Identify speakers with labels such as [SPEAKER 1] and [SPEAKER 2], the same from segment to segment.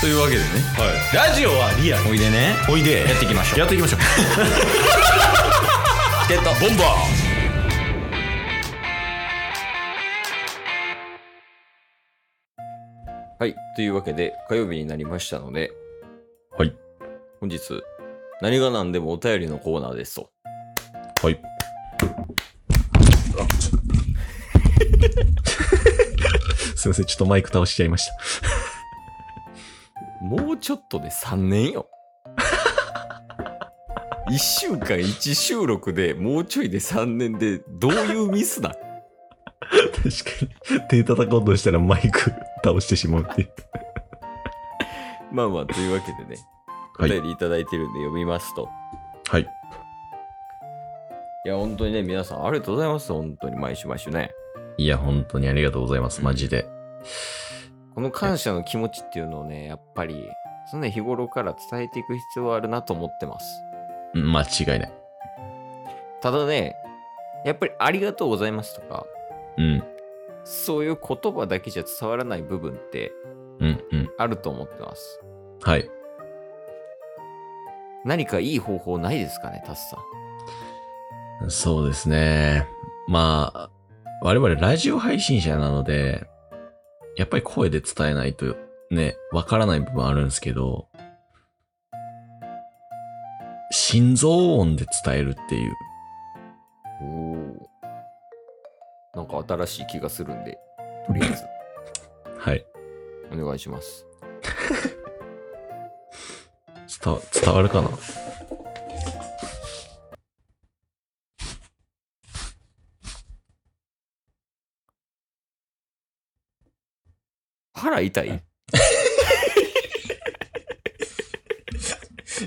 [SPEAKER 1] というわけでね
[SPEAKER 2] ラジオはリアル
[SPEAKER 1] おいでね
[SPEAKER 2] おいで
[SPEAKER 1] やっていきましょう
[SPEAKER 2] やっていきましょう
[SPEAKER 1] チケットボンバーはいというわけで火曜日になりましたので
[SPEAKER 2] はい
[SPEAKER 1] 本日何が何でもお便りのコーナーですと
[SPEAKER 2] はい すいませんちょっとマイク倒しちゃいました
[SPEAKER 1] もうちょっとで3年 よ1週間1収録でもうちょいで3年でどういうミスだ
[SPEAKER 2] 確かに手叩こうとしたらマイク倒してしまうっていう
[SPEAKER 1] まあまあというわけでねお
[SPEAKER 2] はい
[SPEAKER 1] 便りいただいてるんで読みますと、
[SPEAKER 2] はい
[SPEAKER 1] いや、本当にね、皆さん、ありがとうございます。本当に、毎週毎週ね。
[SPEAKER 2] いや本当にありがとうございますマジで
[SPEAKER 1] この感謝の気持ちっていうのをね、やっぱり、常日頃から伝えていく必要はあるなと思ってます。
[SPEAKER 2] うん間違いない
[SPEAKER 1] ただね、やっぱりありがとうございますとか、
[SPEAKER 2] うん
[SPEAKER 1] そういう言葉だけじゃ伝わらない部分って
[SPEAKER 2] うんうん
[SPEAKER 1] あると思ってます。
[SPEAKER 2] はい
[SPEAKER 1] 何かいい方法ないですかね、タスさん。
[SPEAKER 2] そうですね。まあ、我々ラジオ配信者なので、やっぱり声で伝えないとね、わからない部分あるんですけど、心臓音で伝えるっていう。
[SPEAKER 1] おお。なんか新しい気がするんで、とりあえ ず、
[SPEAKER 2] はい。
[SPEAKER 1] お願いします。
[SPEAKER 2] 伝わ伝わる かな
[SPEAKER 1] 腹痛い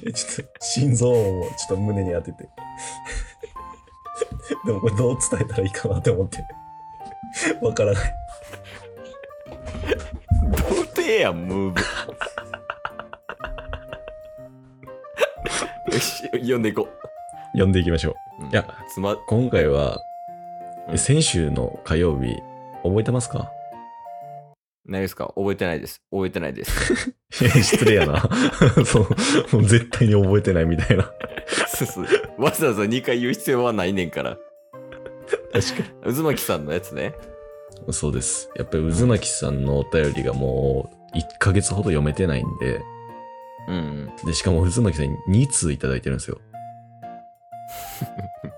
[SPEAKER 2] えちょっと、心臓音をちょっと胸に当てて。 でもこれどう伝えたらいいかなって思って。わからない。
[SPEAKER 1] 童貞やんムーブよし読んでいこ
[SPEAKER 2] 読んでいきましょう。
[SPEAKER 1] う、うん
[SPEAKER 2] いや
[SPEAKER 1] つま
[SPEAKER 2] 今回は、
[SPEAKER 1] うん
[SPEAKER 2] 先週の火曜日、覚えてますか
[SPEAKER 1] 何ですか覚えてないです覚えてないです
[SPEAKER 2] いや失礼やな。 そう、もう絶対に覚えてないみたいな。
[SPEAKER 1] すすわざわざ2回言う必要はないねんから
[SPEAKER 2] 確か
[SPEAKER 1] 渦巻さんのやつね
[SPEAKER 2] に。そうです。やっぱり渦巻さんのお便りがもう、1ヶ月ほど読めてないんで、
[SPEAKER 1] うんうん
[SPEAKER 2] で、しかも渦巻さんに2通いただいてるんですよ。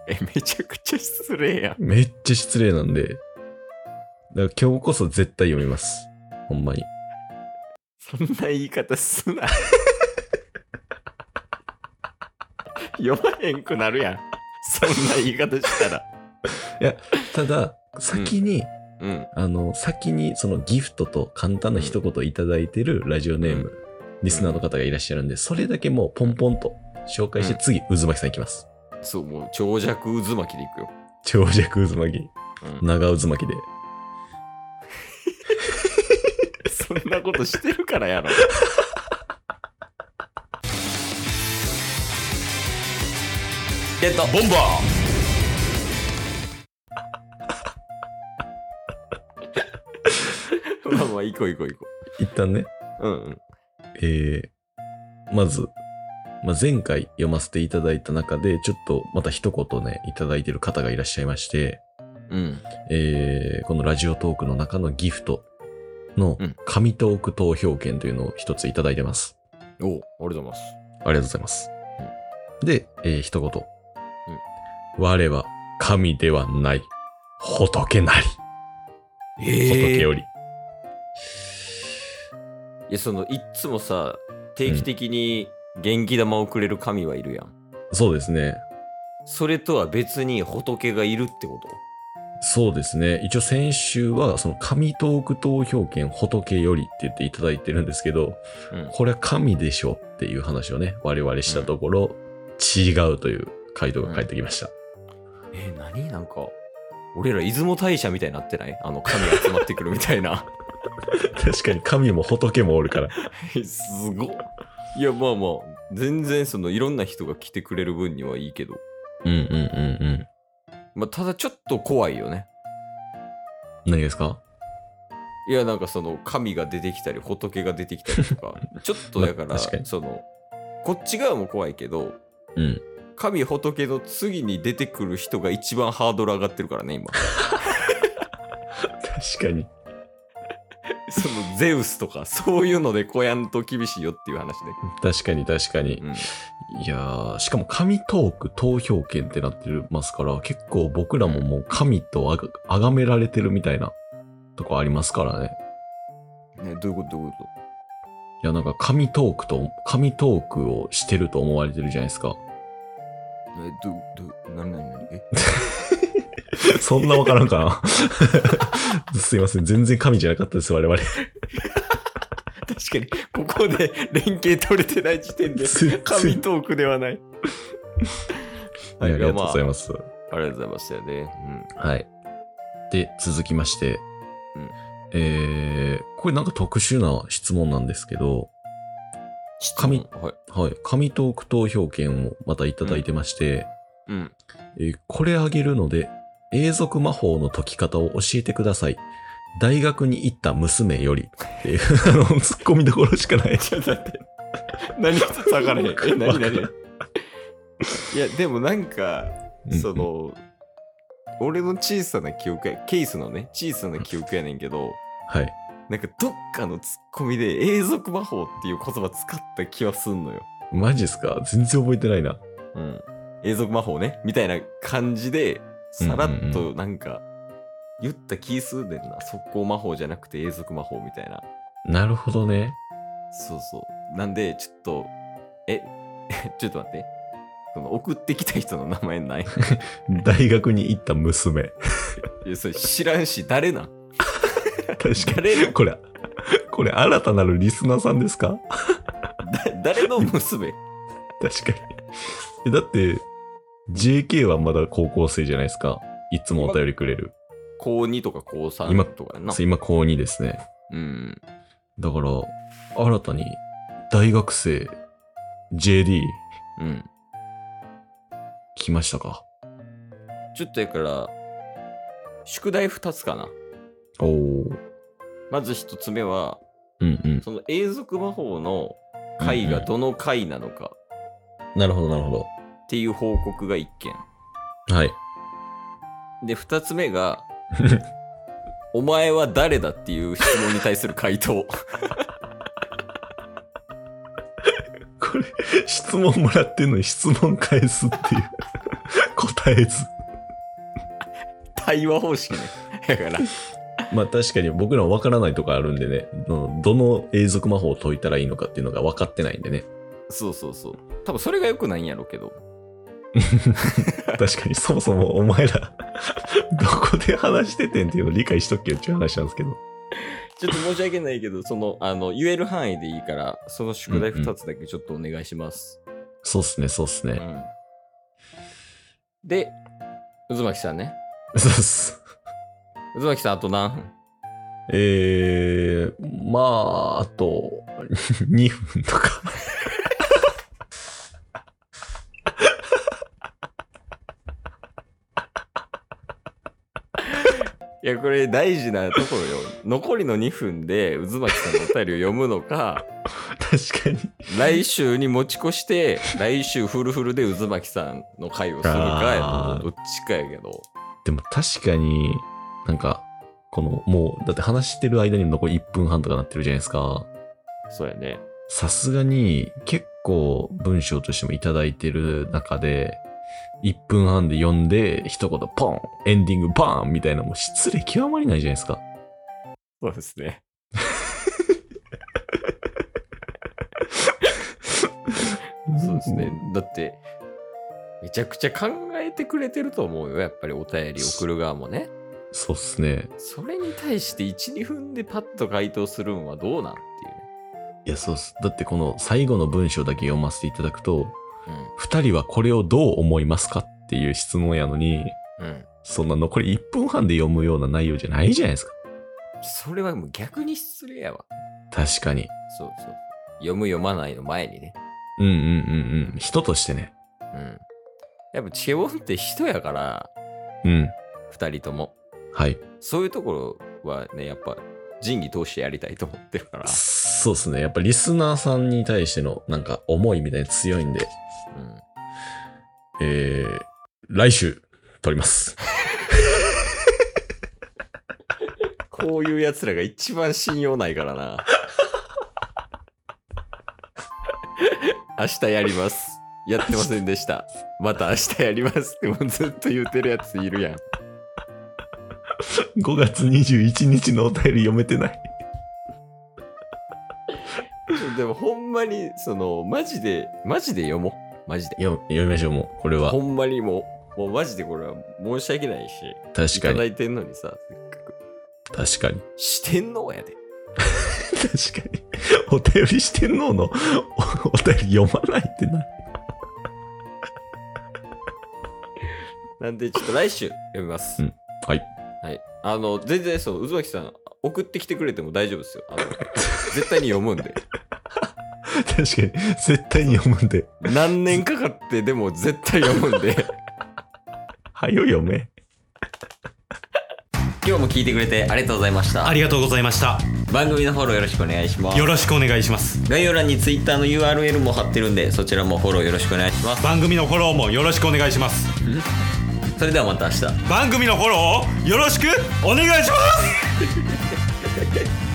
[SPEAKER 1] えめちゃくちゃ失礼やん
[SPEAKER 2] めっちゃ失礼なんで、だから今日こそ絶対読みます。ほんまに。
[SPEAKER 1] そんな言い方すな 読まへんくなるやんそんな言い方したら
[SPEAKER 2] ただ、先に、
[SPEAKER 1] うん
[SPEAKER 2] あの、先にそのギフトと簡単な一言いただいてるラジオネーム、
[SPEAKER 1] う
[SPEAKER 2] リスナーの方がいらっしゃるんで、それだけもうポンポンと紹介して、
[SPEAKER 1] うん
[SPEAKER 2] 次、渦巻さんいきます。
[SPEAKER 1] そうもう長尺渦巻きでいくよ、
[SPEAKER 2] 長尺渦巻
[SPEAKER 1] うん
[SPEAKER 2] き、長渦巻きで。
[SPEAKER 1] そんなことしてるからやろ。ゲットボンバーまあまあ、行こう行こう行こ
[SPEAKER 2] 一旦ね、
[SPEAKER 1] う。うんうん。
[SPEAKER 2] えー、まず、まあ、前回読ませていただいた中で、ちょっとまた一言ね、いただいてる方がいらっしゃいまして、
[SPEAKER 1] うん。
[SPEAKER 2] えー、このラジオトークの中のギフトの
[SPEAKER 1] うん
[SPEAKER 2] 紙トーク投票券というのを一ついただいてます。
[SPEAKER 1] おうありがとうございます。
[SPEAKER 2] ありがとうございます。で、えー一言、我は神ではない。仏なり。仏より。
[SPEAKER 1] いや、その、いっつもさ、定期的に元気玉をくれる神はいるやん。
[SPEAKER 2] そうですね。
[SPEAKER 1] それとは別に仏がいるってこと
[SPEAKER 2] そうですね。一応先週は、その神トーク投票権仏よりって言っていただいてるんですけど、
[SPEAKER 1] うん。
[SPEAKER 2] これは神でしょっていう話をね、我々したところ、違うという回答が返ってきました。
[SPEAKER 1] えー、何なんか、俺ら出雲大社みたいになってないあの、神集まってくるみたい な。
[SPEAKER 2] 確かに神も仏もおるから。
[SPEAKER 1] えすごっいやまあまあ全然そのいろんな人が来てくれる分にはいいけど、
[SPEAKER 2] うんうんうんうん。
[SPEAKER 1] まあ、ただちょっと怖いよね
[SPEAKER 2] 何がですか
[SPEAKER 1] いやなんかその神が出てきたり仏が出てきたりと かちょっとだから
[SPEAKER 2] まあ確かに
[SPEAKER 1] そのこっち側も怖いけど
[SPEAKER 2] うん。
[SPEAKER 1] 神仏の次に出てくる人が一番ハードル上がってるからね今
[SPEAKER 2] 確かに。
[SPEAKER 1] そのゼウスとかそういうのでこうやんと厳しいよっていう話ね、
[SPEAKER 2] 確かに確かに
[SPEAKER 1] う。ん、
[SPEAKER 2] いやー、しかも神トーク投票権ってなってますから、結構僕らももう神とあが崇められてるみたいなとこありますからね。
[SPEAKER 1] ねどういうことどういうこ
[SPEAKER 2] いや、なんか神トークと、神トークをしてると思われてるじゃないですか。
[SPEAKER 1] とえどうどう何何何え
[SPEAKER 2] そんなわからんかな すいません。全然神じゃなかったです、我 々。
[SPEAKER 1] 確かにここで 連携取れてない時点で 神トークではない、
[SPEAKER 2] はい、ありがとうございますす。
[SPEAKER 1] まあ、ありがとうございましたよね、うん
[SPEAKER 2] はい。で、続きまして、
[SPEAKER 1] うん
[SPEAKER 2] えー、これなんか特殊な質問なんですけど、神
[SPEAKER 1] 質問はい
[SPEAKER 2] はい、紙トーク投票権をまたいただいてまして、
[SPEAKER 1] うん
[SPEAKER 2] えーこれあげるので、永続魔法の解き方を教えてください。大学に行った娘よりっていう、 あの、突っ込みどころしかない。
[SPEAKER 1] ちょっと待って。何一つ分 からへん。え、何何いや、でもなんか、その、俺の小さな記憶や、ケースのね、小さな記憶やねんけど、
[SPEAKER 2] はい。
[SPEAKER 1] なんかどっかのツッコミで永続魔法っていう言葉使った気はすんのよ。
[SPEAKER 2] マジですか全然覚えてないな。
[SPEAKER 1] うん。永続魔法ね、みたいな感じで、さらっ
[SPEAKER 2] うんうん
[SPEAKER 1] となんか、言った気すんねんな。速攻魔法じゃなくて永続魔法みたいな。
[SPEAKER 2] なるほどね。
[SPEAKER 1] そうそう。なんで、ちょっと、え、 ちょっと待って。その送ってきた人の名前ない
[SPEAKER 2] 大学に行った娘。
[SPEAKER 1] いやそれ知らんし、誰なん
[SPEAKER 2] 確か
[SPEAKER 1] 誰
[SPEAKER 2] に。これ、これ新たなるリスナーさんですか
[SPEAKER 1] だ誰の娘
[SPEAKER 2] 確かにえ。だって、JK はまだ高校生じゃないですか。いつもお便りくれる。
[SPEAKER 1] 高2とか高3
[SPEAKER 2] 今
[SPEAKER 1] とかやな。
[SPEAKER 2] 今高2ですね。
[SPEAKER 1] うん。
[SPEAKER 2] だから、新たに、大学生、JD、
[SPEAKER 1] うん。
[SPEAKER 2] 来ましたか。
[SPEAKER 1] ちょっとやから、宿題2つかな。
[SPEAKER 2] おー。
[SPEAKER 1] まず1つ目は、
[SPEAKER 2] うんうん。
[SPEAKER 1] その永続魔法の回がどの回なのか
[SPEAKER 2] なるほど、なるほ
[SPEAKER 1] っていう報告が1件。
[SPEAKER 2] ど。はい。
[SPEAKER 1] で、2つ目 が、お前は誰だっていう質問に対する回答。
[SPEAKER 2] これ、質問もらってんのに質問返すっていう。 答えず。
[SPEAKER 1] 対話方式ね。だから、
[SPEAKER 2] まあ確かに僕らも分からないとこあるんでね、どどの永続魔法を解いたらいいのかっていうのが分かってないんでね。
[SPEAKER 1] そうそうそう。多分それが良くないんやろうけど。
[SPEAKER 2] 確かに、そもそもお前ら、どこで話しててんっていうのを理解しとけよっていう話なんですけど。
[SPEAKER 1] ちょっと申し訳ないけど、その、あの、言える範囲でいいから、その宿題
[SPEAKER 2] うんうん
[SPEAKER 1] 2つだけちょっとお願いします。
[SPEAKER 2] そうっすね、そうっす
[SPEAKER 1] うん
[SPEAKER 2] ね。
[SPEAKER 1] で、渦巻さんね。
[SPEAKER 2] そうっす。
[SPEAKER 1] 渦巻さん、あと何分
[SPEAKER 2] えー、まあ、あと、2分とか。
[SPEAKER 1] いや、これ大事なところよ。残りの2分で渦巻さんのお便りを読むの か、
[SPEAKER 2] 確かに。
[SPEAKER 1] 来週に持ち越して、来週フルフルで渦巻さんの回をするかや
[SPEAKER 2] あー
[SPEAKER 1] と、どっちかやけど。
[SPEAKER 2] でも確かに、なんか、この、もう、だって話してる間に残り1分半とかなってるじゃないですか。
[SPEAKER 1] そうやね。
[SPEAKER 2] さすがに、結構文章としてもいただいてる中で、1分半で読んで、一言ポンエンディングバーンみたいな、もう失礼極まりないじゃないですか。
[SPEAKER 1] そうですね。そうですね。だって、めちゃくちゃ考えてくれてると思うよ。やっぱりお便り送る側もね。
[SPEAKER 2] そうっすね。
[SPEAKER 1] それに対して1、2分でパッと回答するんはどうなんって
[SPEAKER 2] いや、そうっす。だってこの最後の文章だけ読ませていただくと、
[SPEAKER 1] いうね。
[SPEAKER 2] 二人はこれをどう思いますかっていう質問やのに、
[SPEAKER 1] うん。うん。
[SPEAKER 2] そんな残り1分半で読むような内容じゃないじゃないですか。
[SPEAKER 1] それはもう逆に失礼やわ。
[SPEAKER 2] 確かに。
[SPEAKER 1] そうそう。読む読まないの前にね。
[SPEAKER 2] うんうんうんうん。人としてね。
[SPEAKER 1] うん。やっぱチェボンって人やから、
[SPEAKER 2] うん。
[SPEAKER 1] 2人とも。
[SPEAKER 2] はい。
[SPEAKER 1] そういうところはね、やっぱ仁義通してやりたいと思ってるから、
[SPEAKER 2] そうですね。やっぱリスナーさんに対してのなんか思いみたいに強いんで、
[SPEAKER 1] うん、
[SPEAKER 2] えー、来週撮り ます。
[SPEAKER 1] こういうやつらが一番信用ないからな明日やりますやってませんでしたまた明日やりますってもうずっと言ってるやついるやん
[SPEAKER 2] 5月21日のお便り読めてない。
[SPEAKER 1] でもほんまにそのマジでマジで読もうマジで
[SPEAKER 2] 読みましょう、もう。これは
[SPEAKER 1] ほ。んまにもうもうマジでこれは申し訳ないし
[SPEAKER 2] 確
[SPEAKER 1] い
[SPEAKER 2] か
[SPEAKER 1] ただ
[SPEAKER 2] に。
[SPEAKER 1] いてんのにさせっかく
[SPEAKER 2] 確かに。
[SPEAKER 1] してんのやで
[SPEAKER 2] 確かに。 お便りしてんののおお便り読まないってな。
[SPEAKER 1] なんでちょっと来週読みます、
[SPEAKER 2] うんはい。
[SPEAKER 1] はいあの全然そう渦巻さん送ってきてくれても大丈夫ですよあの絶対に読むん で
[SPEAKER 2] 確かに。絶対に読むんで。
[SPEAKER 1] 何年かかってでも絶対読むん で
[SPEAKER 2] はよ読め。
[SPEAKER 1] 今日も聞いてくれてありがとうございました
[SPEAKER 3] ありがとうございました。
[SPEAKER 1] 番組のフォローよろしくお願いします
[SPEAKER 3] よろしくお願いします。
[SPEAKER 1] 概要欄に Twitter の URL も貼ってるんでそちらもフォローよろしくお願いします
[SPEAKER 3] 番組のフォローもよろしくお願いします。
[SPEAKER 1] それではまた明日
[SPEAKER 3] 番組のフォローをよろしくお願いします